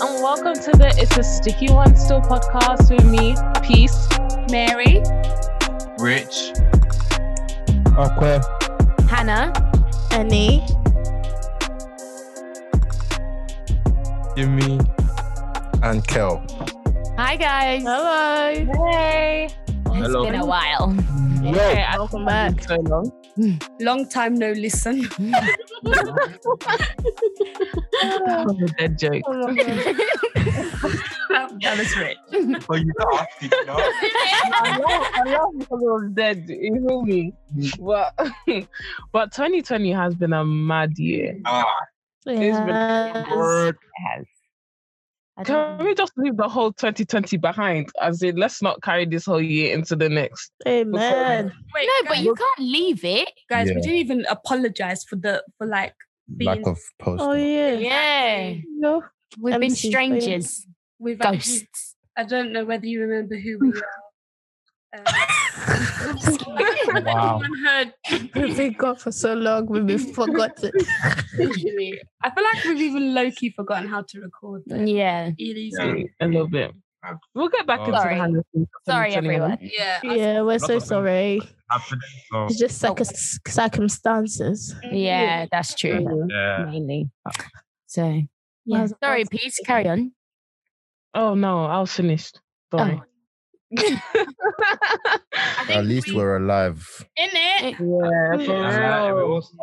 and welcome to the It's a Sticky One Still podcast with me, Peace, Mary, Rich. Okay. Hannah, Annie, Jimmy and Kel. Hi guys. Hello. Hey. Hello. It's been a while. Yo, I- Welcome back. So long. Long time no listen. That was a dead joke. that is right. Oh, you got asked it, no? I laugh- I laugh because it was dead. You feel me? But but 2020 has been a mad year. Ah, It's been Yes. It has. I Can don't- we just leave the whole 2020 behind? As in, let's not carry this whole year into the next. Amen. Wait, No, guys, but you can't leave it. guys, Yeah. we didn't even apologize for the for like lack of post. Oh yeah. Yeah. No. We've been Empty space. strangers, we've actually- ghosts. I don't know whether you remember who we are. Um, Wow. Everyone heard We've been gone for so long, we've been forgotten. literally. I feel like we've even low key forgotten how to record. but Yeah. It is. Yeah. A little bit. We'll get back Oh. into the Sorry. Hannah thing for Sorry, 2021. everyone. Yeah. I- yeah, we're so Lots of them. sorry. happening. Oh. So It's just circus- circumstances. Yeah, that's true. yeah, Mainly. So, yeah. Miles Sorry, Morales. Peace. Carry on. Oh no, I was finished. Sorry. I think At least we- we're alive. in it. Yeah, for Yeah, real. we're, also,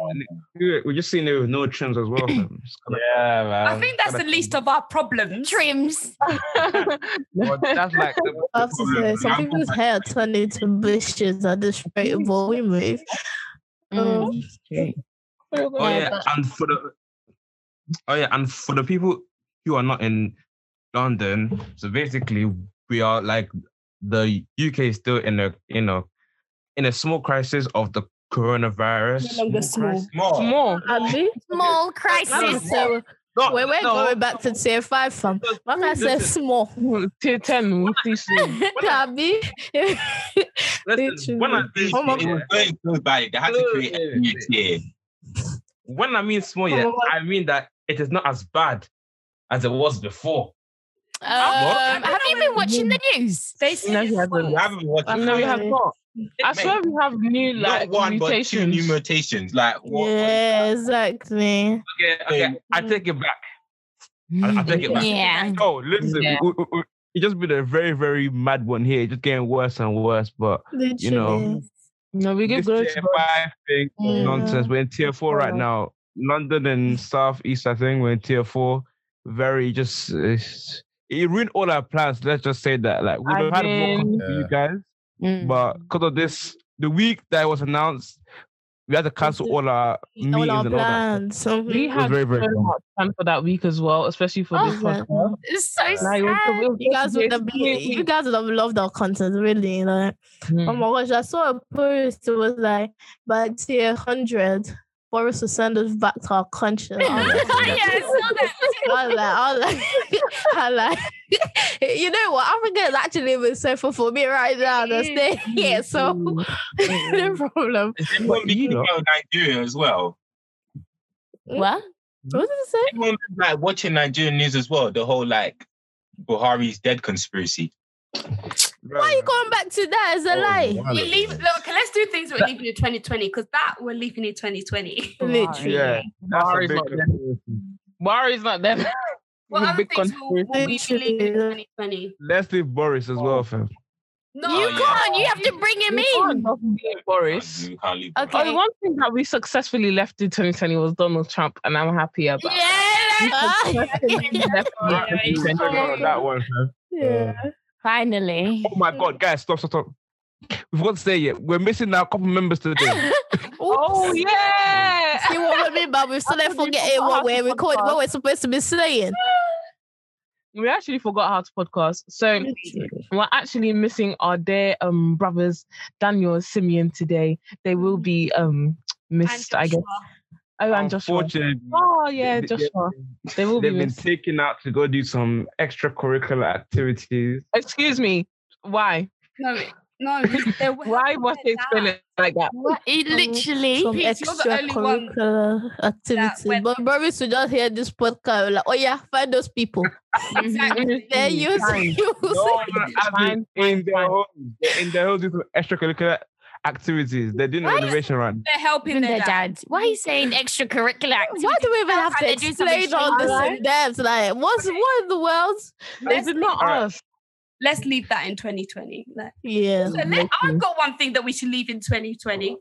we're just seeing there with no trims as well. fam. It's kinda- yeah, man. I think that's the least of our problems. Trims. Well, that's like the, the I have to problem, say, man. some people's hair turned into bushes at this rate of what we move. Mm, Um, true. Oh Yeah, yeah, but- and for the oh yeah, and for the people who are not in London, so basically we are like the UK is still in a in a in a small crisis of the coronavirus. No longer small. small. Small. Are we? Small crisis. So No, we're, we're no, going back to tier five, fam. My man said Listen. small. Tier 10, we'll see soon. Abi, listen, when I say Oh my small, It was going so bad. They had to create a new tier. when I mean small, yeah, I mean that it is not as bad as it was before. Um, have you been watching the news? They say No, he it's hasn't. You haven't been watching. No, we have Okay. not. I swear we have new like Not one, but two mutations. new mutations. Like what? yeah, exactly. Okay, okay, I take it back. I, I take it back. Yeah. Oh, listen, Yeah. we- we- we- it just been a very, very mad one here. It's just getting worse and worse. But Literally. know, No, we give this glory tier to God. five thing Yeah. nonsense. We're in tier four right now. London and South East, I think we're in tier four. Very just it's- it ruined all our plans. Let's just say that. Like we I have had more mean- content for you Yeah. guys, Mm. but because of this, the week that it was announced, we had to cancel all our meetings all our and all that. plans. mhm. We It was had very, very so long. much time for that week as well, especially for Oh, this yeah. podcast. It's so Like, it was- sad. it was You guys would have been, you guys would have loved our content, really. Like, oh Mm. my gosh, I saw a post. It was like, by tier hundred, Boris will send us back to our country. I was like, yeah, I saw that. I was like, I was like, I was like, you know what? Africa is actually even safer for me right now than staying here. So no problem. Is everyone you being know. about Nigeria as well? What? Mm-hmm. What did it say? Everyone been, like watching Nigerian news as well. The whole like Buhari's dead conspiracy. Why are you going back to that as a Oh, lie? wow. We leave. Look, let's do things we're leaving in 2020 because that we're leaving in 2020. Literally. Yeah, that's a Buhari's big not there. Buhari's not there. What With other big things will, will we be conspiracy. leaving in 2020? Let's leave Boris as well, fam. No, you yeah. can't. You have to bring him We can't in. not be Boris. You can't leave. Okay. Oh, the one thing that we successfully left in 2020 was Donald Trump, and I'm happy about. Yeah. Definitely. Check out that one, fam. Yeah. Finally. Oh my god, guys, stop, stop, stop. We've got to say it. We're missing our couple members today. Oh yeah. See what we mean, but we still ain't forgetting what we're recording, what we're supposed to be saying. we actually forgot how to podcast. So we're actually missing our dear um brothers Daniel and Simeon today. They will be um missed, I guess. Oh, and Joshua. Unfortunately, Oh yeah, they- they- Joshua. They will be They've been missed. taken out to go do some extracurricular activities. Excuse me. Why? No, it- No, they were- Why must they spell it like that? It literally. Some Peace, you're the only one extracurricular activities. went- But brothers will just hear this podcast. Like, oh yeah, find those people. Mm-hmm. Exactly. They use Fine. you. No, Fine, in fine. their homes, they're in their homes doing some extracurricular activities. They're doing a Why is- renovation run. They're helping Even their their dad. dad. Why are you saying extracurricular activities? Why do we even How have can to they do something explain all this shallow? in depth? Like, what's what in the world? This is not Alright. us. Let's leave that in 2020. Like, Yeah. so let, I've got one thing that we should leave in 2020.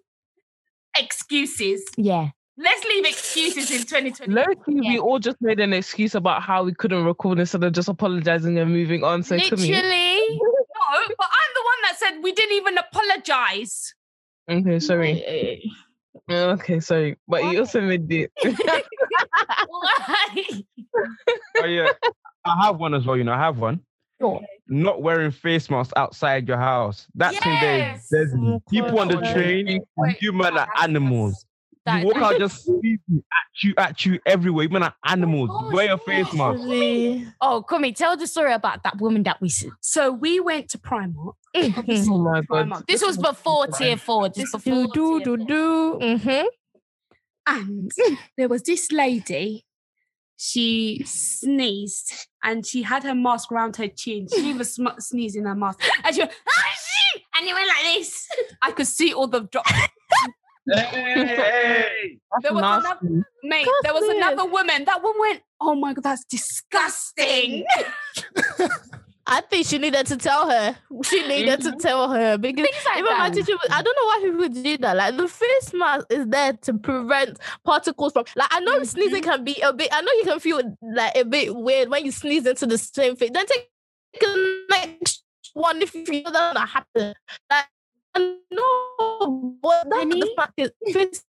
Excuses. Yeah. Let's leave excuses in 2020. Low key, we all just made an excuse about how we couldn't record instead of just apologizing and moving on. So, Camille. Literally. No, but I'm the one that said we didn't even apologize. Okay, sorry. Oh, Okay, sorry. But you also made Oh it. Why? Oh yeah, I have one as well. You know, I have one. Sure. Not wearing face masks outside your house. That's in there. Yes. There's Oh, people on the God. train. Wait, Human are animals. That Oh you walk out just sneezing at you, at you everywhere. Human are animals. gosh, Wear your face yes. mask. Really? Oh, come here. Tell the story about that woman that we see. So we went to Primark. Obviously, Oh my god. Primark. This was before tier four. This was before Do do tier do four. do. Mm-hmm. And there was this lady. She sneezed and she had her mask around her chin. She was sm- sneezing her mask. And she went, "Ah, shit!" and it went like this. I could see all the drops. Hey! There was another Nasty. mate. Gosh, There was Liv. another woman. That one went, "Oh my god, that's disgusting." I think she needed to tell her. She needed to tell her because Things like even my that. teacher, was- I don't know why people do that. Like the face mask is there to prevent particles from. Like I know sneezing can be a bit. I know you can feel like a bit weird when you sneeze into the same thing. Then take the next one if you know that's not happen. Like I know, but that's what the Honey? fact is face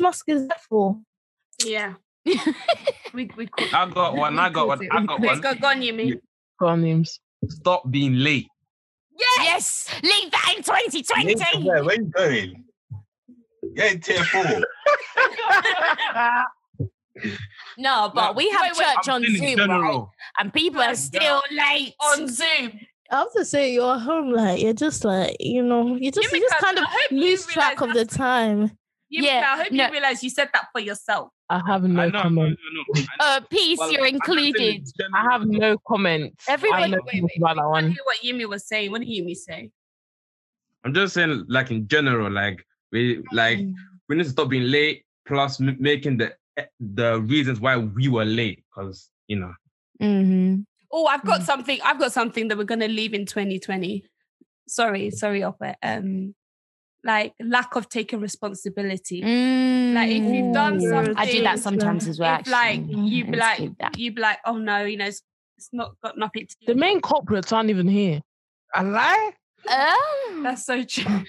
mask is there for. yeah. we we could. I got one. I got one. I got Please one. go, go on, Yumi. Go on, Nims. Stop being late. Yes. Leave that in Nick, 2020. Where where you going? Yeah, tier four. No, but Like, we have wait, wait, church on I'm saying in Zoom, right? general. And people are still late. On Zoom. I have to say, you're home. Like you're just like you know, you just you just Yumika, kind of I hope you lose realise track of the time. Yumika, Yeah, I hope no. you realize you said that for yourself. I have no I know, I know, I comment. know. I know. Uh, peace, Well, you're I'm just saying in included. I general. have no comment. I have Everybody- no wait, wait, comment about that I one. hear what Yumi was saying. What did Yumi say? I'm just saying, like in general, like we like we need to stop being late. Plus, m- making the eh, the reasons why we were late, because you know. Mm-hmm. Oh, I've got something. I've got something that we're gonna leave in 2020. Sorry, sorry, Offer. Um, like lack of taking responsibility. Mm, Like if you've done Mm. something, I do that sometimes as well. if, like actually. you Mhm, be it's like good, that. you be like, oh no, you know, it's, it's not got nothing to do. The with main culprits aren't even here. I lie. it." Um, That's so true.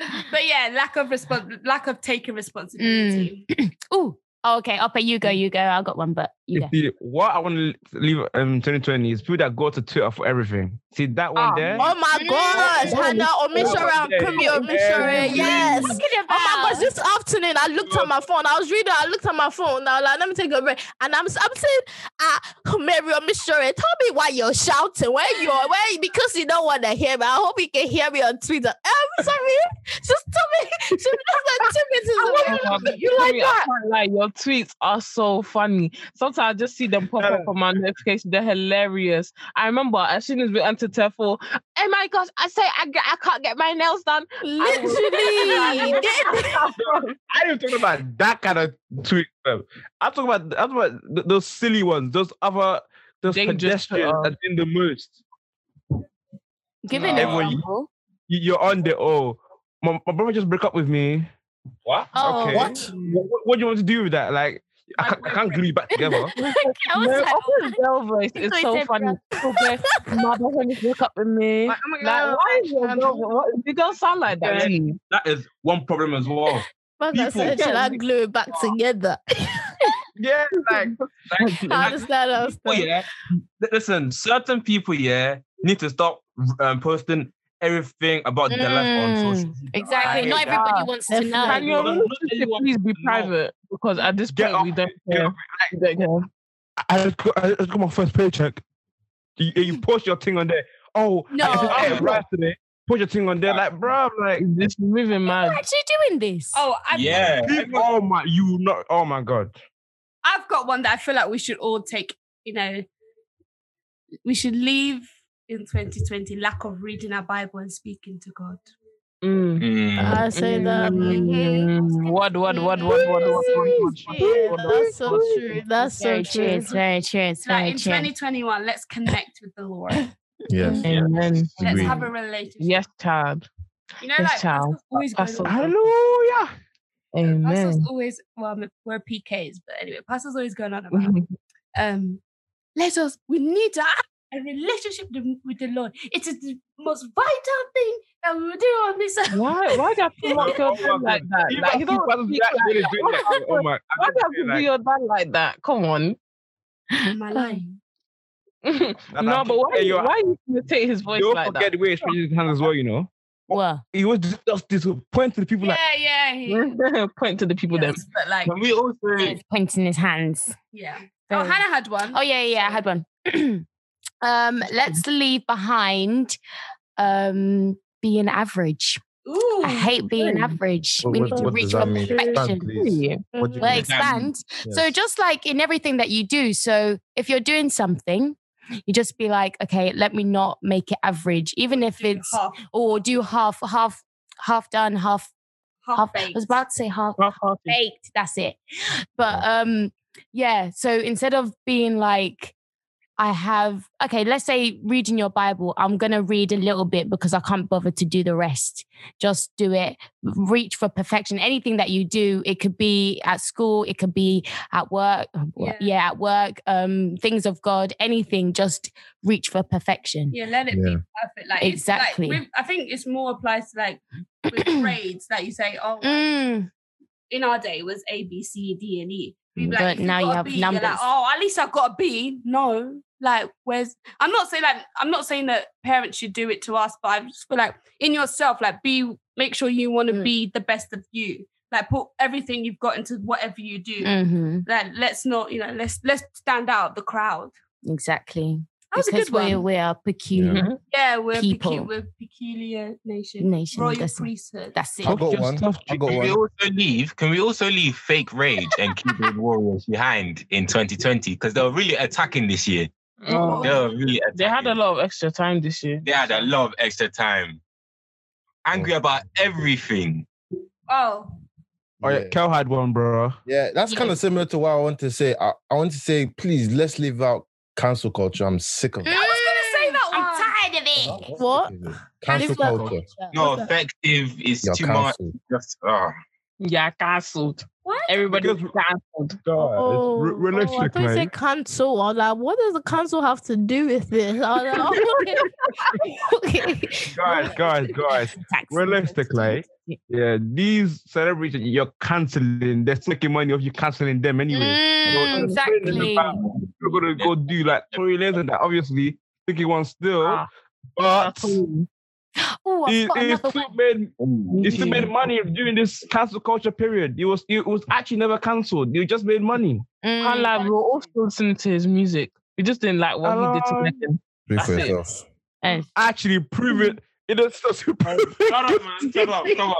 but yeah, lack of respons- lack of taking responsibility. ooh. Oh, okay. Upper, you go. You go. I got one, but you go. See, what I want to leave um 2020 is people that go to Twitter for everything. See that one Ah, there. Oh my Mm. gosh, Oh, Hannah Omishore and yeah. Kumi Yeah. Omishore, yes. What are you talking Oh my gosh, about? this afternoon I looked at my phone. I was reading, I looked at my phone. Now, like, let me take a break. And I'm, I'm saying, ah, Mary Omishore, tell me why you're shouting. Where you're, where, because you don't want to hear me. I hope you can hear me on Twitter. Eh, I'm sorry. Just tell me. She's just like two minutes away. you like that? Like your tweets are so funny. Sometimes I just see them pop up on my notification. They're hilarious. I remember as soon as we entered Tier Four, oh my gosh! I say I, get, I can't get my nails done. Literally. I didn't talk about that kind of tweet. Fam. I talk about I talk about th- those silly ones, those other those Dangerous to pedestrians us. that in the most. Give an No. Everyone- example. You- You're on the oh, my, my brother just broke up with me. What? Oh, okay. what? What, what do you want to do with that? Like I My can't, I can't glue you back together. I was No, like, Offa's girl voice is It's so so funny. Okay, my best friend just woke up with me. Like, oh my why is your girl? What, do girls sound like that? to you? That is one problem as well. Fuck, I said, People. shall I glue it back together? Yeah, like, like, How like does that people, yeah. li- Listen, certain people, yeah, need to stop um, posting everything about their life on social. media. exactly. Like, Not everybody wants to Definitely. know. Can your Not- not relationship anyone- please be no. private? Because at this Get point, we off- don't get care. off We don't care. I I just got, I just got my first paycheck. You, you post your thing on there. oh, No. I just ate rice today. Put your thing on there, like, bruv, like this moving mad. actually doing this? Oh, I've, Yeah. oh my, you not. Oh my god. I've got one that I feel like we should all take, you know, we should leave in 2020 lack of reading our Bible and speaking to God. Mm. I Uh, say that. Mm-hmm. What, what, what, what, what, what, what, what, what, That's so true. That's so very true. true. It's very true. It's Like very in true. 2021, let's connect with the Lord. Yes. Amen. Let's have a relationship. Yes, child. You know, Yes, like child. pastors always go Pastors- Hallelujah. Pastors Amen. always well, I'm- we're PKs, but anyway, pastors always going on Mm-hmm. about um, let us. We need to have a relationship the- with the Lord. It is the most vital thing that we will do on this earth. Why, why do I feel Oh, like your oh my dad like God. that? Even Like, if you don't pastors speak black like- really doing that, oh, oh my, I Why do just I feel feel like- your dad like that? Come on. Am I lying? no, that I but think- why? Hey, yo, why you imitate his voice They all like forget that? the way he stretches his hands as well, you know. Well, He was just, just disappointed people like yeah, yeah. He, Point to the people yes, that but like, Can we also he's pointing his hands. yeah. Oh, Very- Hannah had one. Oh yeah, yeah, I had one. um, let's Mm-hmm. leave behind um being average. Ooh, I hate being okay. average. What, we need what, to what reach does that mean? Expand, perfection. please. What do you Well, mean? expand. So Yes. just like in everything that you do, so if you're doing something, you just be like, okay, let me not make it average, even if it's half, or do half, half, half done, half, half. half I baked. was about to say half, half baked. That's it. But um, yeah. So instead of being like, I have okay, let's say reading your Bible, I'm gonna read a little bit because I can't bother to do the rest. Just do it. Reach for perfection. Anything that you do, it could be at school, it could be at work. uh, wo- Yeah. Yeah, at work. Um, things of God, anything. Just reach for perfection. Yeah, let it Yeah. be perfect. Like it's like Exactly. with, I think it's more applies to like with grades that you say, oh, Mm, in our day it was A, B, C, D, and E. We'd be But if you've now you got a have B, you're like, numbers. oh, at least I got a B. No, like where's? I'm not saying like I'm not saying that parents should do it to us, but I just feel like in yourself, like be make sure you want to Mm. be the best of you. Like put everything you've got into whatever you do. mhm, Like let's not, you know, let's let's stand out the crowd. exactly. That was a because good one. we we are peculiar. yeah, we're pecu- people. we're peculiar nation, Nation, royal that's it. priesthood. That's it. I got one. I got Can we one. also leave? Can we also leave fake rage and keyboard warriors behind in 2020? Because they were really attacking this year. Oh. They were really attacking. they had a lot of extra time this year. They had a lot of extra time. Angry about everything. Oh, Oh yeah, Yeah. Kel had one, bro. Yeah, that's kind of similar to what I want to say. I, I want to say, please, let's leave out cancel culture. I'm sick of it. I was gonna say that one. I'm tired of it. What? Cancel culture. No, effective is You're too much. cancelled. Just, ah. Yeah, cancelled. What? Everybody Because- cancelled. Oh, Re- oh, I realistically, thought you said cancel. I was like, what does the cancel have to do with this? I was like, okay. okay. guys, guys, guys. Tax. Realistically, yeah, these celebrities you're canceling. They're taking money off you, canceling them anyway. Mm, So they're putting in the exactly. back. You're gonna go do like Tory Lanez and that. Obviously, thinking one still, Ah. but Oh, I've it, got it another still one. made Mm-hmm. it still made Mm. money during this cancel culture period. It was it was actually never cancelled. You just made money. Mm. Can't lie, we were all still listening to his music. We just didn't like what he did to Hello? Blessing. Speak for That's it. yourself. Actually, prove it. It is so super. Shut up, man. Shut up. Come on.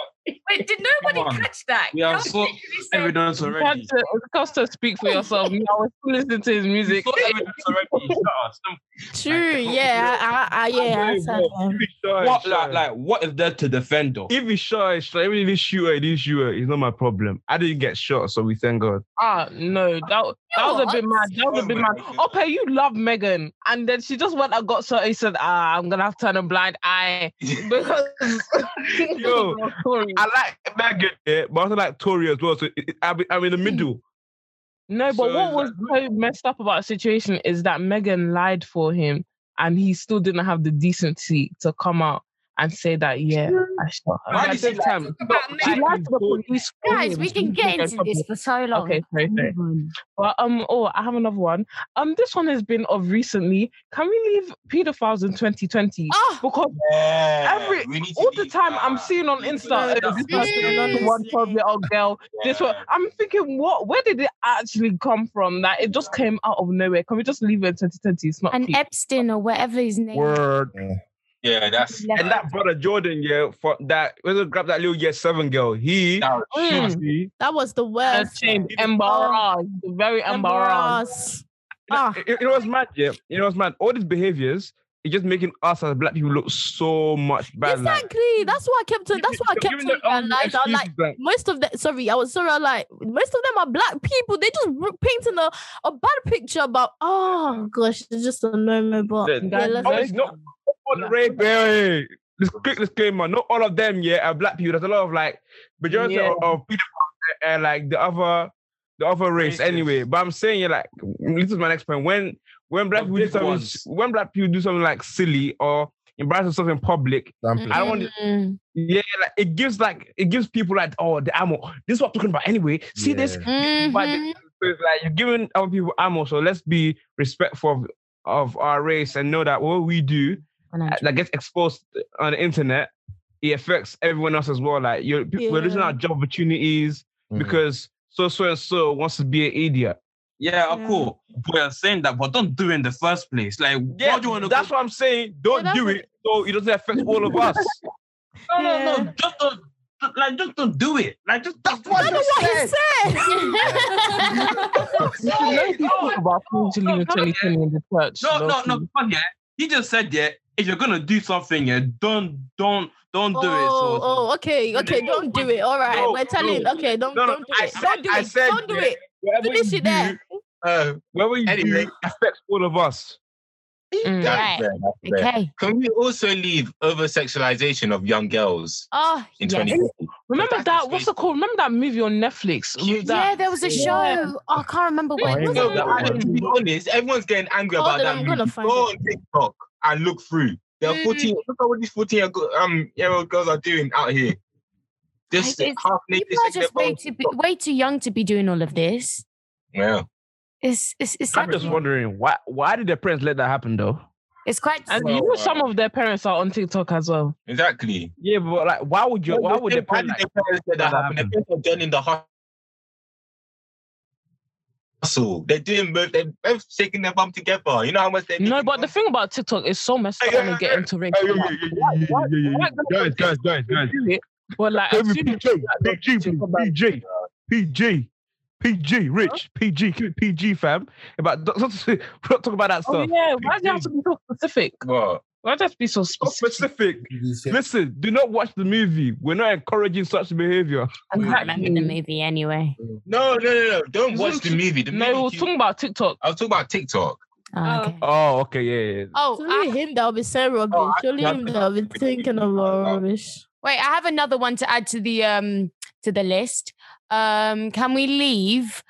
Wait, did nobody Come on. catch that? We have That was so literally said- evidence You had already. to, it cost to speak for yourself. Me, I was still listening to his We music. saw evidence already. Shut up. Some- True. Yeah. I, I, I, yeah. I said that. What, like, like, what is there to defend though? If he's shot, it's shot. Even if he's shooter, it is shooter. It's not my problem. I didn't get shot, so we thank God. Ah, no, that, that was a bit mad. That was a bit mad. Okay, you love Megan, and then she just went and got so he said, "Ah, I'm gonna have to turn a blind eye because." Yo, Sorry. I like Megan, yeah, but I also like Tory as well. So it, it- I'm, I'm in the middle. No, but So what is was so messed up about the situation is that Megan lied for him and he still didn't have the decency to come out and say that yeah, I shot her. But at the same time, She lied to the police. Guys, we can get into this for so long. Okay, sorry, sorry. Well, um, oh, I have another one. Um, this one has been of recently. Can we leave pedophiles in 2020? Oh, Because Yeah, every we need to all the leave time that. I'm seeing on We need to Insta leave oh, this that. person another one twelve year old girl. This one, Yeah. I'm thinking, what? Where did it actually come from? That it just came out of nowhere. Can we just leave it in 2020? It's not. and cute. Epstein or whatever his name. word. Yeah, that's Left. And that brother Jordan, yeah, for that when he grabbed that little year seven girl, he that was Mm. he- That was the Uh, worst. shame. Embarrassed. Very embarrassed. Embarrass. Ah. Ah. It, it was mad, yeah. You know what's mad? All these behaviors, it's just making us as black people look so much bad. like, Exactly. That's why I kept. on- That's why I you're kept giving um, on the only realizing. I was like, excuse that- most of them. Sorry, I was sorry. I like most of them are black people. They just r- painting a, a bad picture about. Oh gosh, it's just annoying me. But That- yeah, let's- Oh, it's not all Nah. rape. This quick disclaimer: not all of them, yeah, are black people. There's a lot of like majority Yeah. of, of people are, are, like the other, the other race Racist. anyway. But I'm saying, yeah, like this is my next point. When when black The people do big something, ones. when black people do something like silly or embarrass themselves in public, I don't want to. Mm. Yeah, like, it gives like it gives people like oh the ammo. This is what I'm talking about anyway. See this? Yeah. Mm-hmm. But Mhm. So it's like you're giving other people ammo. So let's be respectful of, of our race and know that what we do uh, that gets exposed on the internet, it affects everyone else as well. Like you're, pe- we're losing Yeah. our job opportunities because so so and so wants to be an idiot. yeah, of Yeah. course. We're saying that, but don't do it in the first place. Like, Yeah, what do you want to that's what I'm saying. Don't that's do what- it so it doesn't affect all of us. No, no, Yeah. no. Just don't, don't- like, just don't do it. Like, just that's what. I don't know just what he said. said. You should know these people about people to leave in no, no, 2020 in the church. No, no, low-key. no. But yeah, he just said yeah. If you're gonna do something, yeah, don't, don't, don't do it. Oh, So, oh, okay, okay. Don't do it. All right, No, we're telling. no. Okay, don't No, no, don't do I it. said- Don't do I it. said Don't do yeah. it. Whatever you Finish do, it there. uh, Whatever you Anyway. do affects all of us. Mm. that's Right. fair, that's fair. Okay. Can we also leave over sexualization of young girls Oh, in yes. 2020? Remember That's that? What's crazy. it called? Remember that movie on Netflix? Yeah, With Yeah, that? there was a show. Yeah. Oh, I can't remember I what it ain't was. got No, that but I one. to be honest, everyone's getting angry Hold about on, that. I'm gonna movie. find Go it. on TikTok and look through. There are 14. Look at what these 14 year go- um year old girls are doing out here. Just It's- half naked. People are sitting just there way too on be, way too young to be doing all of this. Yeah. It's it's it's, I'm just actually- wondering why why did the parents let that happen though? it's quite. And Well, you know, uh, some of their parents are on TikTok as well. Exactly. Yeah, but like why would you why would the why did parents the parents let that happen? The parents are joining the hu- hustle. They're doing both. They're both shaking their bum together. You know how much they No, but the thing about TikTok is so messed up Hey, when yeah, you get yeah, into race. Hey, yeah, Like, yeah, yeah, why- yeah, why- yeah, yeah, why yeah. Guys, guys, guys, they guys. do it? But like, Tell as me, soon as PJ, you PG, talk about PG, PG, PG, Rich, PG, keep it PG, fam. About don't, don't, don't talk about that Oh stuff. yeah, why do you have to be so specific? What? Why do you have to be so Not specific? specific. Listen, do not watch the movie. We're not encouraging such behavior. I can't remember the Exactly. movie anyway. No, no, no, no. Don't This watch is- the movie. The No, we're movie. talking about TikTok. I was talking about TikTok. Oh, okay. Oh, okay, yeah, yeah. It's Oh, I- Oh, only him that'll be saying rubbish. Only I- him that'll be thinking of rubbish. Wait, I have another one to add to the um to the list. Um, can we leave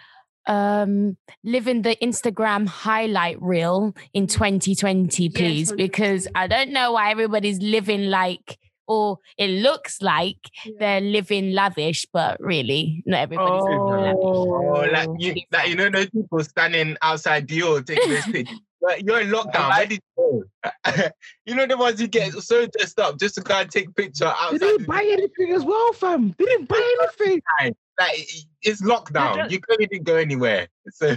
um living the Instagram highlight reel in Mm-hmm. 2020, please? 100%. because I don't know why everybody's living like or it looks like they're living lavish, but really not everybody's living lavish. Oh, like you, like, you know those people standing outside Dior taking this picture. Like, you're in lockdown. Where did you go? you know the ones you get so dressed up just to go and take picture They outside. didn't buy anything as well, fam. They didn't buy anything. Like it- it's lockdown. You couldn't even go anywhere. So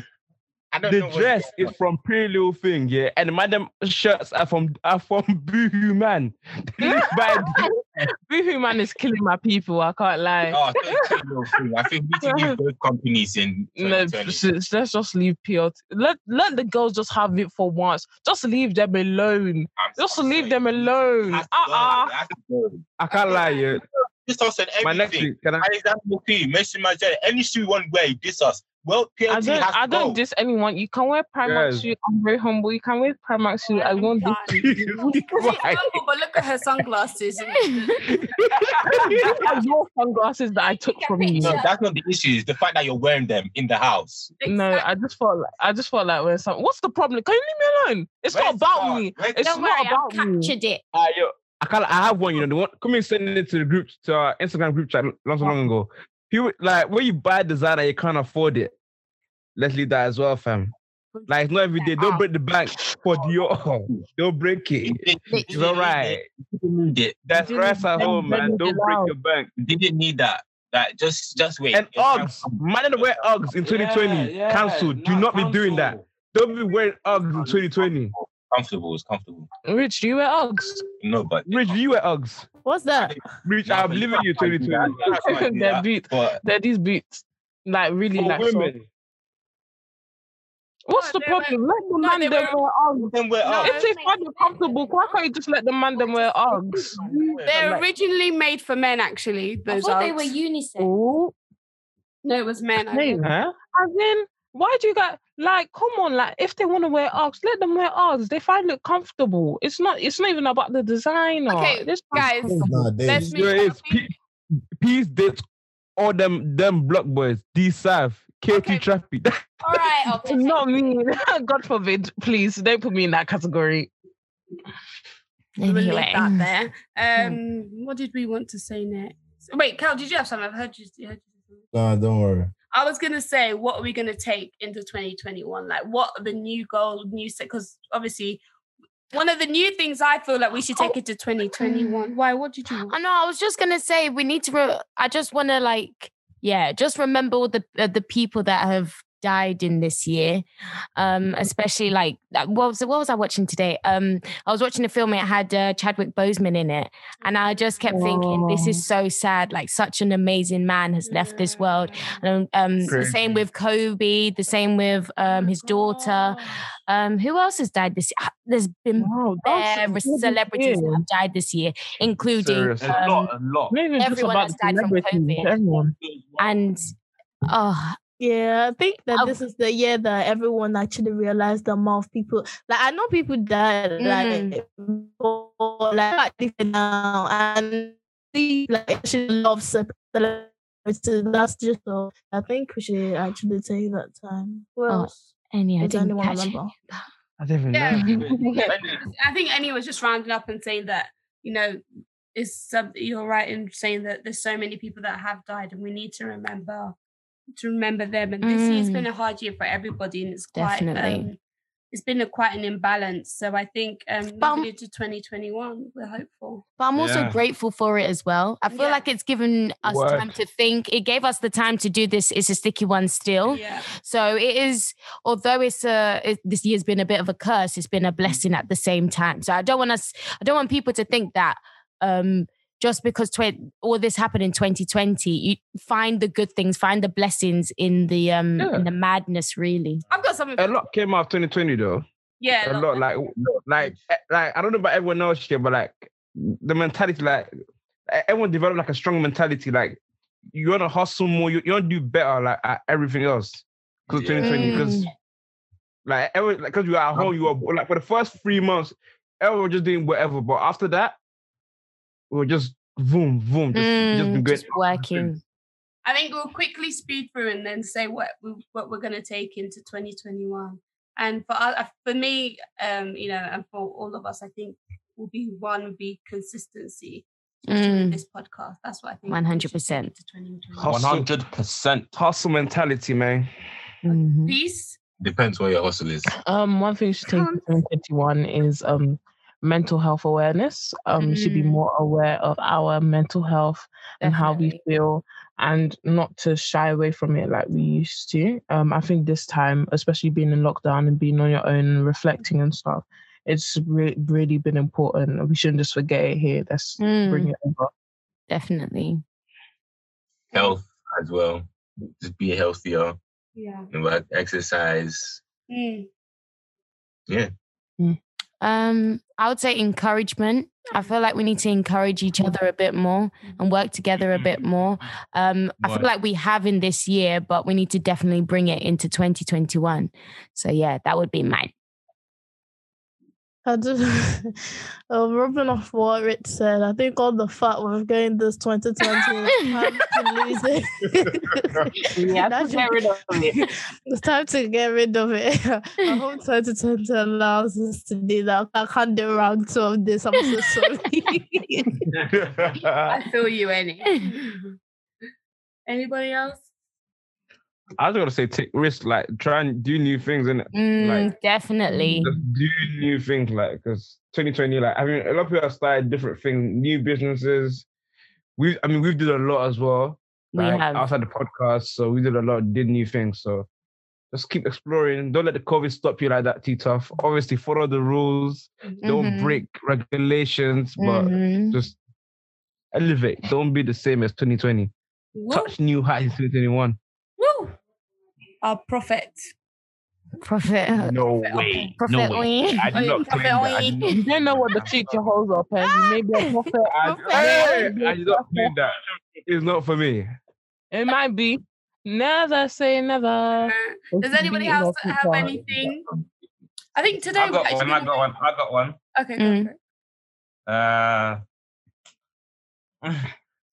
I don't know. The what's dress going is from Pretty Little Thing, yeah, and madam shirts are from are from Boohoo Man. They didn't buy the- Boohoo man is killing my people. I can't lie. on. Oh, so it's kind of thing. I think we should leave both companies in. No, 2020. s- s- let's just leave PLT. Let let the girls just have it for once. Just leave them alone. I'm Just sorry. leave them alone. Uh That's uh good. That's good. I can't lie, yeah. This us on My next everything. thing, can I Alexander McQueen, Messi Majella, any shoe you want to wear, you diss us. Well, PLT I don't. has I to don't go. diss anyone. You can wear Primark Yes. shoe. I'm very humble. You can wear Primark shoe. I won't diss you. She's Oh. Why? humble, but look at her sunglasses. These are your sunglasses that I took from you. No, that's not the issue. It's the fact that you're wearing them in the house. No, I just felt. Like, I just felt like when some. What's the problem? Can you leave me alone? It's not Where's the about bar? me. Where's It's Don't not worry, about I've me. captured it. Ah, yo, I can't. I have one. You know, the one coming send it to the group to our Instagram group chat not so long ago. People like when you buy a designer, you can't afford it. Let's leave that as well, fam. Like it's not every day. Don't break the bank for Dior. Don't break it. It's all right. Didn't need it. That's Didn't right at even home, man. send Don't it break out. your bank. Didn't need that. Like just, just wait. And Your time Uggs, man, didn't wear Uggs in 2020. Yeah, yeah, Cancelled. Do nah, not be doing that. cancel. Don't be wearing Uggs in 2020. Comfortable is comfortable. Rich, do you wear Uggs? No, but Rich, you wear Uggs. What's that? Rich, Nah, I'm but you leaving you can't do 2020. that. You can't do They're that. beat. But They're these boots. Like really For like so. women, What's the No, they wear- problem? Let the no, man they them wear- wear Uggs. then we're No, up. If they find it comfortable, why can't you just let the man them wear Uggs? They're originally made for men, actually. I Those thought they Uggs. were unisex. Oh, no, it was men. I Hey, think. huh? as in, why do you got like? Come on, like if they want to wear Uggs, let them wear Uggs. They find it comfortable. It's not. It's not even about the design. Or, Okay, this guys, Nowadays, let's- There Me, is P- peace dates all them them block boys. D Sav, KT Okay. Traffy. All right, okay. It's not me. God forbid, please don't put me in that category. We'll leave Anyway. that there. Um, what did we want to say next? Wait, Cal, did you have something? I've heard you. you heard you. nah, don't worry. I was gonna say, what are we gonna take into 2021? Like, what are the new goal, new set? Because obviously, one of the new things I feel like we should take into 2021. Why? What did you? want? I know. I was just gonna say we need to. Re- I just want to like, yeah, just remember all the uh, the people that have died in this year. Um, especially like uh, what was what was I watching today? Um, I was watching a film. It had uh, Chadwick Boseman in it, and I just kept thinking, this is so sad. Like such an amazing man has left this world. And um, the same with Kobe. The same with um his daughter. Oh. Um, who else has died this? year? There's been Wow, bare celebrities that have died this year, including Serious. um, a lot. Maybe just everyone about that's the died from celebrities, COVID. Everyone. and oh Yeah, I think that I- this is the year that everyone actually realized the amount of people. Like I know people that Mm-hmm. like, but, like I live it now and see like actually love celebrities. That's just all. I think we should actually take that time. Oh, Well, any I I does didn't anyone catch remember? I don't even Yeah. know. I think Annie was just rounding up and saying that you know, it's some, you're right in saying that there's so many people that have died, and we need to remember to remember them. And this year's Mm. been a hard year for everybody, and it's quite Definitely. Um, it's been a quite an imbalance. So I think um, But moving into 2021, we're hopeful. But I'm also Yeah. grateful for it as well. I feel Yeah. like it's given us Work. time to think. It gave us the time to do this. It's a sticky one still. Yeah. So it is, although it's a it, this year's been a bit of a curse, it's been a blessing at the same time. So I don't want us, I don't want people to think that um just because twen- all this happened in 2020, you find the good things, find the blessings in the um Yeah. in the madness, really. I've got something. A lot came out of 2020 though. Yeah. Uh, a look, lot like like eh, like I don't know about everyone else here, but like the mentality like eh, everyone developed like a strong mentality like you want to hustle more, you, you want to do better like at everything else because Yeah. 2020 Mm. because like everyone like because you were at home, you were like for the first three months everyone was just doing whatever, but after that we were just boom boom just, just been Mm, great. just working. I think we'll quickly speed through and then say what we, what we're going to take into 2021. And for us, for me, um, you know, and for all of us, I think will be one would be consistency Mm. in this podcast. That's what I think. we should 100%. take into 2021. Hustle. 100%. Hustle mentality, man. Mm-hmm. Mhm. Peace. Depends where your hustle is. Um, one thing you should take Can't- into 2021 is um mental health awareness. Um, we should be Mm. more aware of our mental health and how we feel, and not to shy away from it like we used to. Um, I think this time, especially being in lockdown and being on your own and reflecting and stuff, it's re- really been important. We shouldn't just forget it here. Let's bring it over. Mm, Definitely. Health as well. Just be healthier. Yeah. You know, exercise. Mm. Um, I would say encouragement. I feel like we need to encourage Mm. each other a bit more and work together a bit more. Um, I feel Mm-hmm. Right. like we have in this year, but we need to definitely bring it into 2021. So yeah, that would be mine. I just, I'm rubbing off what Rich said. I think all the fat we're going this 2020. it's time to lose it. Yeah, That's just get rid of it. It's time to get rid of it. I hope 2020 allows us to do that. I can't do round two of this. I'm so sorry. I feel you, Annie. Anybody else? I was gonna say take risks, like try and do new things and Mm, Like- definitely. just do new things, like because 2020, like I mean, a lot of people have started different things, new businesses. We, I mean, we've did a lot as well. We like, have. outside the podcast, so we did a lot, did new things. So just keep exploring. Don't let the COVID stop you like that, T Tough. Obviously, follow the rules. Don't Mhm. break regulations, but Mhm. just elevate. Don't be the same as 2020. Woo, Touch new heights in 2021. woo. Our prophet. Prophet. No Prophet way. Prophet Wayne. I Oh, did not yeah, claim Prophet that. I did Wayne. not You don't know what the future holds up, and you may be a prophet. I, Prophet hey, Wayne. I did not claim that. It's not for me. It might be. Never say never. Does anybody else have anything? I think today. I we've got actually one. I been- got one. I got one. Okay. go Mm. for it. Uh,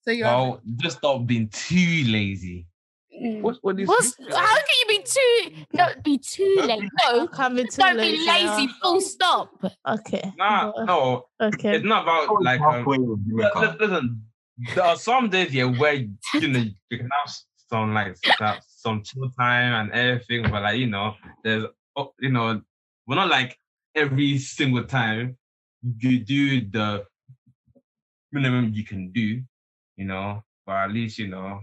So you're. well, just stop being too lazy. Mm. What? What is? What's, how can you be too? Don't be too lazy. No, Can't be too don't lazy be now. lazy. Full stop. Okay. Nah, no, Okay. it's not about like. Um, halfway with li- Jamaica. li- listen, there are some days yeah where you know you can have some like that, some chill time and everything, but like you know, there's oh, you know, we're not like every single time you do the minimum you can do, you know, but at least you know,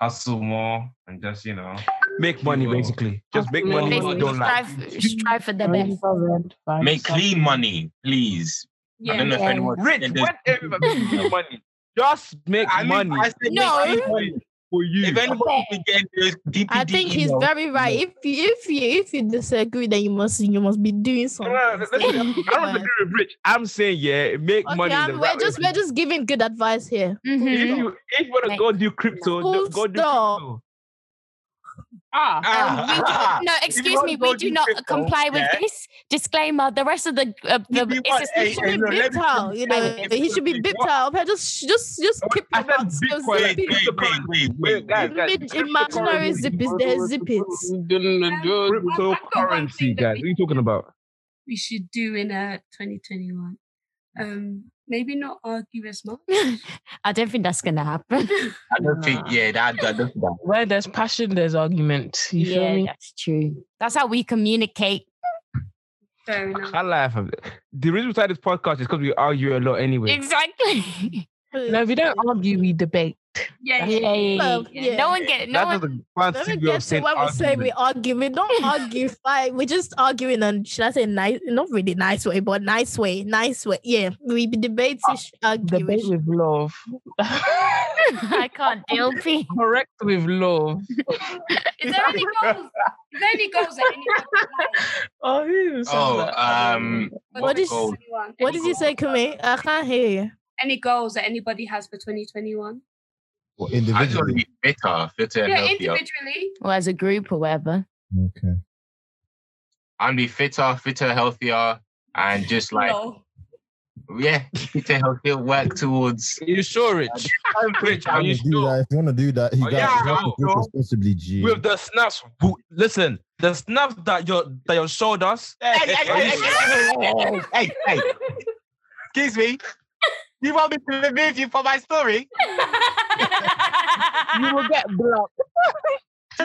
hustle more and just you know. Make money, basically. Just make money, Basically, don't strive, strive for the best. Make clean money, please. I don't know if Yeah. anyone Rich, in this- when everybody makes money, just make I mean, money. I said make No. clean money. for you. If anybody can get those DPD I E, think he's emails, very right. If you if you if you disagree, then you must you must be doing No, something. no, no, listen, I don't But- agree with Rich. I'm saying yeah, make Okay, money. in I'm- the we're right just way. we're just Mm. giving good advice here. Mhm. If you if you wanna Like, go do crypto, full do- go do stop. crypto. Ah, ah, Um, we do- ah, no, you excuse want me. to go We do do not crypto, comply with yeah. this disclaimer. The rest of the, uh, You the be it's what? a Hey, He should hey, be no, let bipped me- out, you know. If He should be you- bipped out. Okay, Just just just keep I your said mouth so Bitcoin, Wait, zippy. wait, wait, wait, wait, Guys, wait. guys, Mid- imaginary zip is there, zip it. it. cryptocurrency, guys. What are you talking about? we should do in uh 2021. Um, maybe not argue as much. I don't think that's gonna happen. I don't think, yeah, that, that, that's that. Where there's passion, there's argument. You feel yeah, me? that's true. That's how we communicate. Fair Mm. enough. I laugh. at it. The reason we started this podcast is because we argue a lot anyway. Exactly. No, we don't argue, we debate. Yeah, Yeah, yeah, yeah, Love, yeah. yeah. No one get no that one. is a fancy Let me way of get to saying when we say we argument. argue. We don't argue, fight. We're just arguing, and should I say nice? Not really nice way, but nice way, nice way. Yeah, we be debate, argue. Debate with love. I can't deal with. Correct with love. Is there any goals? Is there any goals that anyone Oh, who said Oh, that? um, for What is- 2021? What did you say, Kame? I can't hear you. Any goals that anybody has for 2021? Well, I just want to individually. be better, fitter, and Yeah, healthier. individually. Or as a group or whatever. Okay. I want to be fitter, fitter, healthier, and just like, no. yeah, fitter, healthier, work towards. You sure, Rich? Rich, are you If you wanna sure? do that, if you want to do that, you Oh, got yeah, you got I'm to do it sure. responsibly, G. With the snaps, who, listen, the snaps that your that your showed us. hey, hey, hey. Excuse me. You want me to remove you from my story? you will get blocked. Do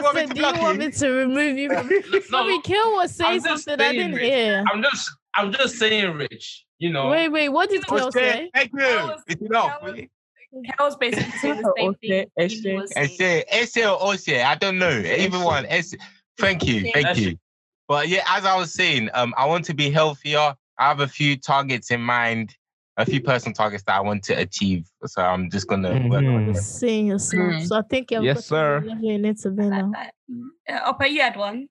I you want me said, do you to block want you? me to remove you? from- Sorry, Kill was saying just something I saying, didn't Rich. hear. I'm just I'm just saying, Rich. You know, Wait, wait, what did Kill Okay, say? Thank That you. was- It's that enough. was- Carol's basically saying the same thing. Okay, Evie was saying. Ese, Ese or Ose, I don't know. Either one. Ese. Thank you, thank Ese. you. But yeah, as I was saying, um, I want to be healthier. I have a few targets in mind, a few personal targets that I want to achieve. So I'm just gonna work on You're them. seeing yourself. Mm. So I think you're Yes, sir. You need to be now. Like that. Uh, Opa, you had one.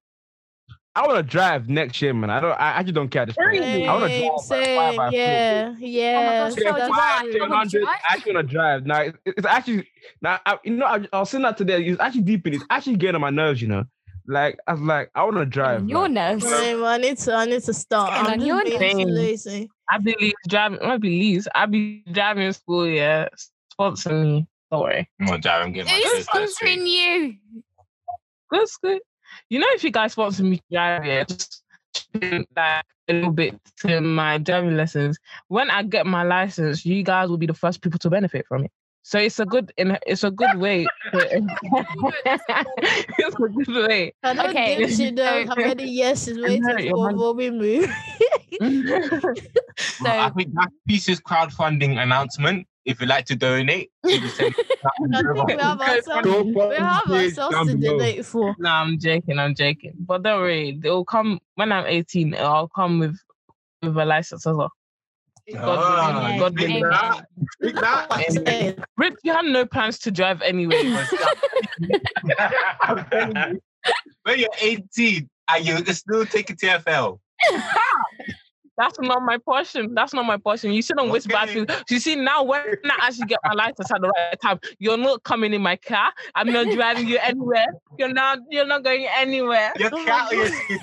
I want to drive next year, man. I don't. I actually don't care at this point. I want to drive. Same, same, yeah, yeah. gosh, Say so that's do I. why you say wanna London, drive? I actually want to drive. Now it- it's actually now I, you know I, I was saying that today. It's actually deep in. It's actually getting on my nerves. You know, Like I was like, I want to drive. Your like, nerves. Same, I need to. I need to start. It's getting I'm on your just being nerves. lazy. I be leaves driving. I be leaves. I be driving in school. Yeah, sponsor me. Don't worry. Come on, Jared, I'm getting my Who's sis next week. sponsoring you? Good, good. You know, if you guys sponsor me to drive, yeah, just like a little bit to my driving lessons. When I get my license, you guys will be the first people to benefit from it. So it's a good, in- it's a good way. To, it's a good way. I don't Okay. give shit though. So- How many years is hurt, waiting your for man- before we move? Well, I So- think that piece is crowdfunding announcement. If you'd like to donate, you can send I think we have ourselves. We have ourselves to donate for. No, I'm joking. I'm joking. But don't worry, they'll come when I'm 18. I'll come with with a license as well. Ah, God you willing. think that? You think that? Hey, Rick, you have no plans to drive anyway. I'm telling you. when you're 18 and you can still take a TFL. That's not my portion. That's not my portion. You shouldn't waste bad Okay. things. You see, now when I actually get my license at the right time, you're not coming in my car. I'm not driving you anywhere. You're not you're not going anywhere. Your Oh my cat or your scooter.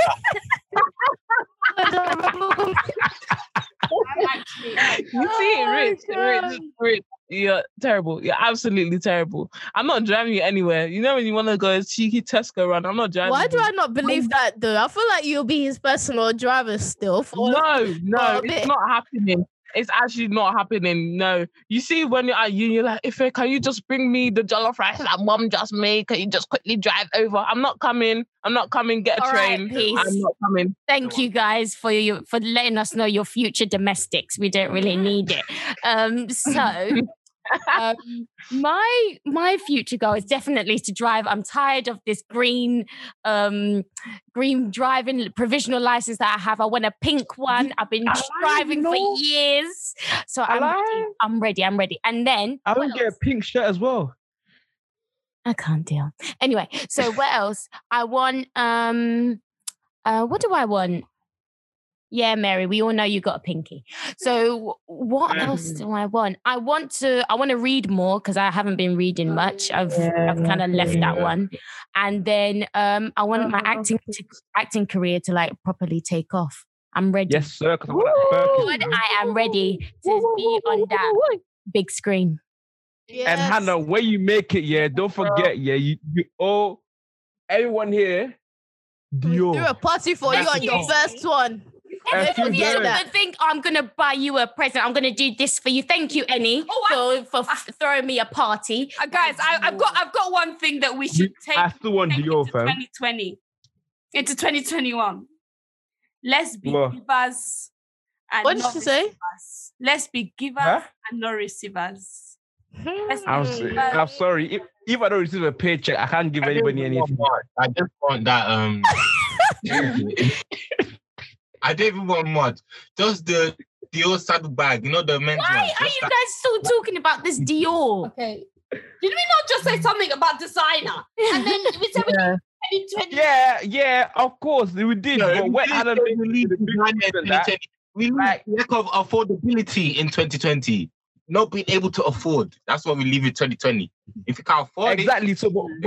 I'm actually. You see, Oh my Rich, Rich, God. Rich. You're terrible. You're absolutely terrible. I'm not driving you anywhere. You know when you want to go a cheeky Tesco run, I'm not driving. Why do you. I not believe that though? I feel like you'll be his personal driver still. For No, for no, a it's bit. not happening. It's actually not happening. No, you see, when you're at uni, you're like, if can you just bring me the jollof rice that mom just made? Can you just quickly drive over? I'm not coming. I'm not coming. Get a All right, train. peace. I'm not coming. Thank you guys for your for letting us know your future domestics. We don't really need it. Um, so um, my my future goal is definitely to drive. I'm tired of this green um green driving provisional license that I have. I want a pink one. I've been driving no. for years, so I'm ready. Hello? I'm ready. I'm ready. And then I what would get a else? pink shirt as well. I can't deal. Anyway, so what else? I want um uh what do I want? Yeah, Mary, we all know you got a pinky. So what else Mm. do I want? I want to I want to read more because I haven't been reading much. I've I've kind of left that yeah. one. And then um I want my acting to, acting career to like properly take off. I'm ready. Yes, sir. 'cause I want Lord, that Birkin, bro. I am ready to be on that big screen. And yes. Hannah, when you make it, yeah, don't forget, yeah, you, you owe everyone here we Dior. threw a party for you on your first one. And Everyone few did girls. that. But think I'm gonna buy you a present. I'm gonna do this for you. Thank you, Annie, Oh, for, for f- throwing me a party. Uh, guys, I, I've got I've got one thing that we should take, I still want take into Dior, fam. 2020 into 2021. Let's be What? givers and What did not she say? receivers. Let's be givers Huh? and not receivers. Let's I'm, be s- givers. I'm sorry. If, if I don't receive a paycheck, Uh, I can't give anybody anything. I just want that. Um, I don't even want much. Just the the old saddlebag, you know, the men's one. Why are you Just that. guys still talking about this Dior? Okay. Did we not just say something about designer? And then we said we Yeah. need 2020. Yeah, yeah, of course we did. No, but when please Adam don't made believe the in big Ghana reason in that- 2020. we leave like- lack of affordability in 2020. Not being able to afford. That's what we leave in 2020. If you can't afford exactly. So, but, it,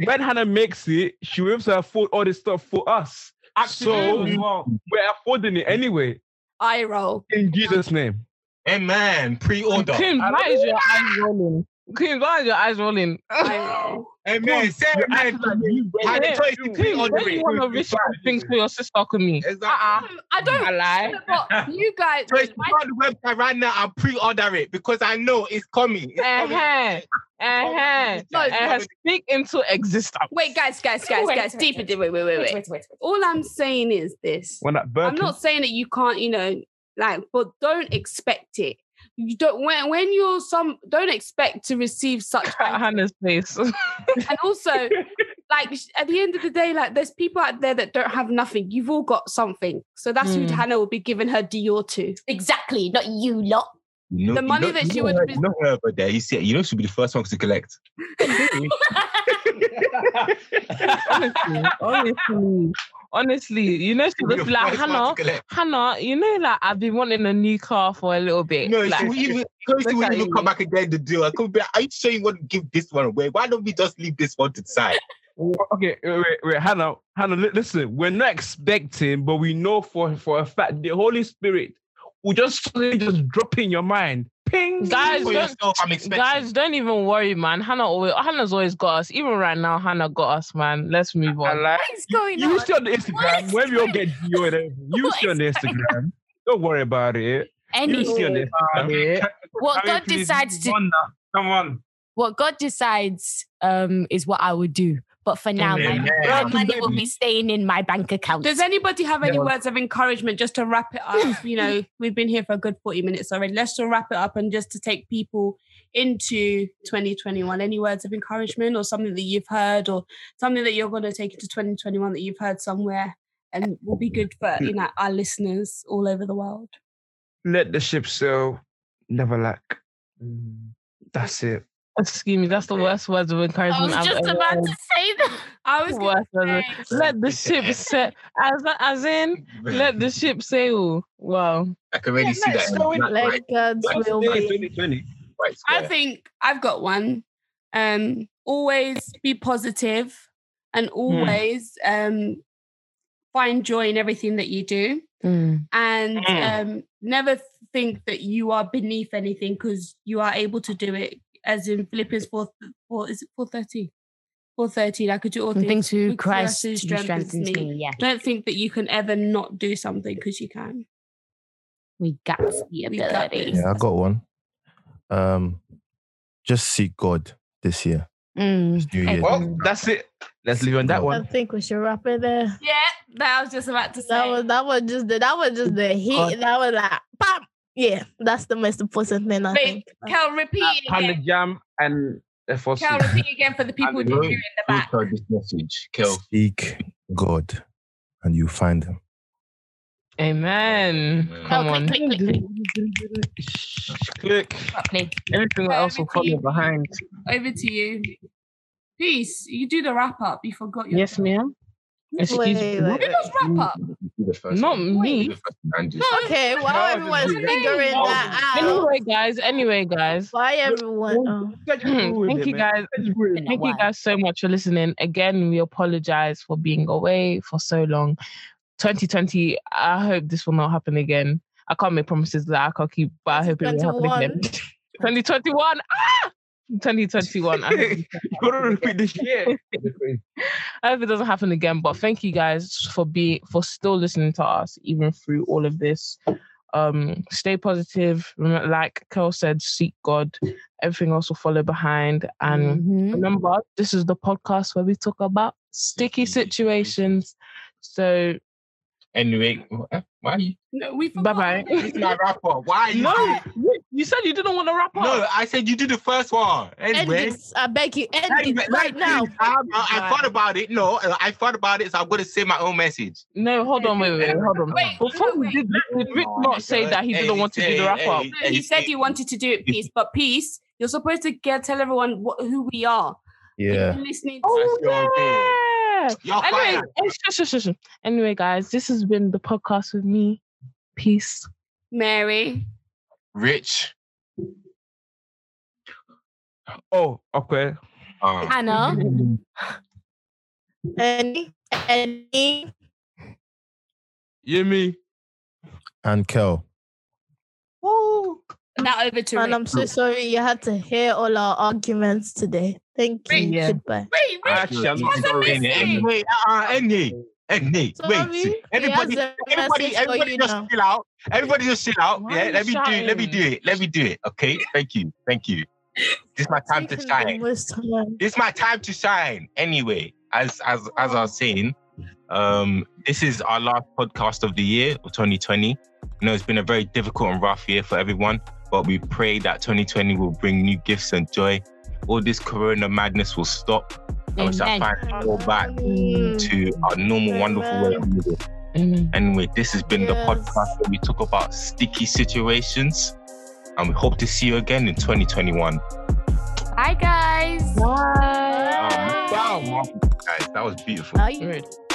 but when Hannah makes it, she will to afford all this stuff for us. So Absolutely. we're affording it anyway. I roll. In Jesus' name. amen. Pre-order. Kim, I why is your eyes rolling? Kim, why is your eyes rolling? I roll. Amen. Say You're amen. acting like you- Had a choice to Kim, pre-order when you want to it. risk things for your sister, come me. Exactly. I don't I lie. But you guys, So if you go on the website right now and pre-order it because I know it's coming. It's coming. Uh-huh. Uh-huh. Oh, No, it's Uh-huh. not- Speak into existence. wait, guys, guys, guys, Wait, guys, wait, deeper, deeper, wait, wait, wait, Wait, wait, wait, wait. All I'm saying is this: When that I'm Birkin, not saying that you can't, you know, like, but don't expect it. You don't when when you're some don't expect to receive such At Hannah's face. and also like sh- at the end of the day like there's people out there that don't have nothing you've all got something so that's Mm. who Hannah will be giving her Dior to Exactly, not you lot. You know- The you money know- that you she know would her- be- you know her over there. You see, you know she'll be the first one to collect. honestly, honestly, honestly, you know, she She'll be was the like, first one to Hannah, collect. Hannah, you know, like I've been wanting a new car for a little bit. No, like, she will even, no, she look will at even you. come back again to do. I could be. Are you sure you want to give this one away? Why don't we just leave this one to the side? Oh, Okay, wait, wait, wait, Hannah, Hannah, li- listen. We're not expecting, but we know for for a fact the Holy Spirit will just suddenly just drop in your mind. Ping, Guys, For don't, yourself, I'm expecting. guys, don't even worry, man. Hannah always, Hannah's always got us. Even right now, Hannah got us, man. Let's move on. Like, What is going you on? see on the Instagram. is When we all get you and everything, you What see on the Instagram. Don't worry about it. You see on Any the Instagram. Yeah. what Harry, God please, decides to come on now. Come on. what God decides um is what I would do. But for now, Amen. my, my money will be staying in my bank account. Does anybody have any words of encouragement just to wrap it up? you know, we've been here for a good 40 minutes already. Let's just wrap it up and just to take people into 2021. Any words of encouragement or something that you've heard or something that you're going to take into 2021 that you've heard somewhere and will be good for, you know, our listeners all over the world? Let the ship sail, never lack. Mm. That's it. Excuse me, that's the worst words of I encouragement was I've just ever about heard. to say that. I was going Worst words of- to say, Let the ship set as as in let the ship sail. Wow. I can really see that. in Showing black, like white, God's Like, will yeah, be. white I square. think I've got one. Um, always be positive and always um, find joy in everything that you do. Hmm, And Mm. um, never think that you are beneath anything because you are able to do it. As in Philippians 4, 4 is it 430? 430, I could do all And things. things through because that's Christ who to be strengthens strengthened me. me. Yeah, Don't think that you can ever not do something because you can. we got the We got ability. this. Yeah, I got one. Um, just seek God this year. Mm. This new year. Well, that's it. Let's leave on that I one. think we should wrap it there. Yeah, that I was just about to That was that was just the that was just the heat. That was like bam. Yeah, that's the most important thing I Wait, think. Kel, repeat E. Hannah again. Jam and F4C. Kel, repeat again for the people who didn't hear in the Who back. told this message? Kel. Seek God, and you find Him. Amen. Amen. Come Oh, on. click, click, click, click. Click. Properly. Anything else will follow behind. Over to you. Peace. You do the wrap up. You forgot your. Yes, ma'am. Excuse Wait, me. wait, Who does wrap up? Do the first Not one. me. Do the first one and do- Okay, wow, That was everyone's amazing. figuring that out. Anyway, guys. Anyway, guys. Why everyone? Oh. Thank you guys. Been a Thank you while. guys so much for listening. Again, we apologize for being away for so long. 2020, I hope this will not happen again. I can't make promises that I can't keep, but I hope it will happen again. 2021. Ah! 2021. I hope it You gotta repeat this year. I hope it doesn't happen again. But thank you guys for being for still listening to us even through all of this. Um, stay positive. Remember, like Kel said, seek God. Everything else will follow behind. And um, Mhm. Mm-hmm. remember, this is the podcast where we talk about sticky situations. So Anyway, wh- why are you? No, we forgot. bye bye. This is my wrap up. Why are you? no, you said you didn't want to wrap up. No, I said you do the first one. End Anyway. this. I beg you, end Like- it like right now. this, I, I, I thought about it. No, uh, I thought about it. So I'm going to say my own message. No, hold on, wait, wait, wait, hold on. Wait, Before we wait, did, did Rick not say that he didn't want to do the wrap up? No, he said you wanted to do it, peace. But peace, you're supposed to get tell everyone what, who we are. You've Yeah. been listening. To- Oh That's your yeah. Y'all Anyway, fired. eh, shush, shush, shush, shush. anyway, guys, this has been the podcast with me. Peace. Mary. Rich. Oh, okay. Um, Hannah. Any, any. You me. And Kel. Woo. Now over to And Rick. I'm so sorry you had to hear all our arguments today. Thank you. Yeah. Goodbye. Wait, Rick. Actually, I'm not What's sorry. missing? Anyway, uh, Andy. Andy. Sorry, Wait. he Everybody. has a message Everybody, for everybody you just now. chill out. Everybody just chill out. Why are Yeah, you let me do it. Let me shouting? do it. Let me do it. Okay. Thank you. Thank you. This is my time to Taking the shine. most time. This is my time to shine. Anyway, as as as I was saying, um, this is our last podcast of the year of 2020. I know it's been a very difficult and rough year for everyone, but we pray that 2020 will bring new gifts and joy. All this corona madness will stop. I wish I Amen. find go back Mm. Mm. to our normal, wonderful way of living. Amen. Anyway, this has been the Yes. podcast where we talk about sticky situations, and we hope to see you again in 2021. Bye, guys. Bye. Um, wow, Marcus, guys, that was beautiful. Are you Right.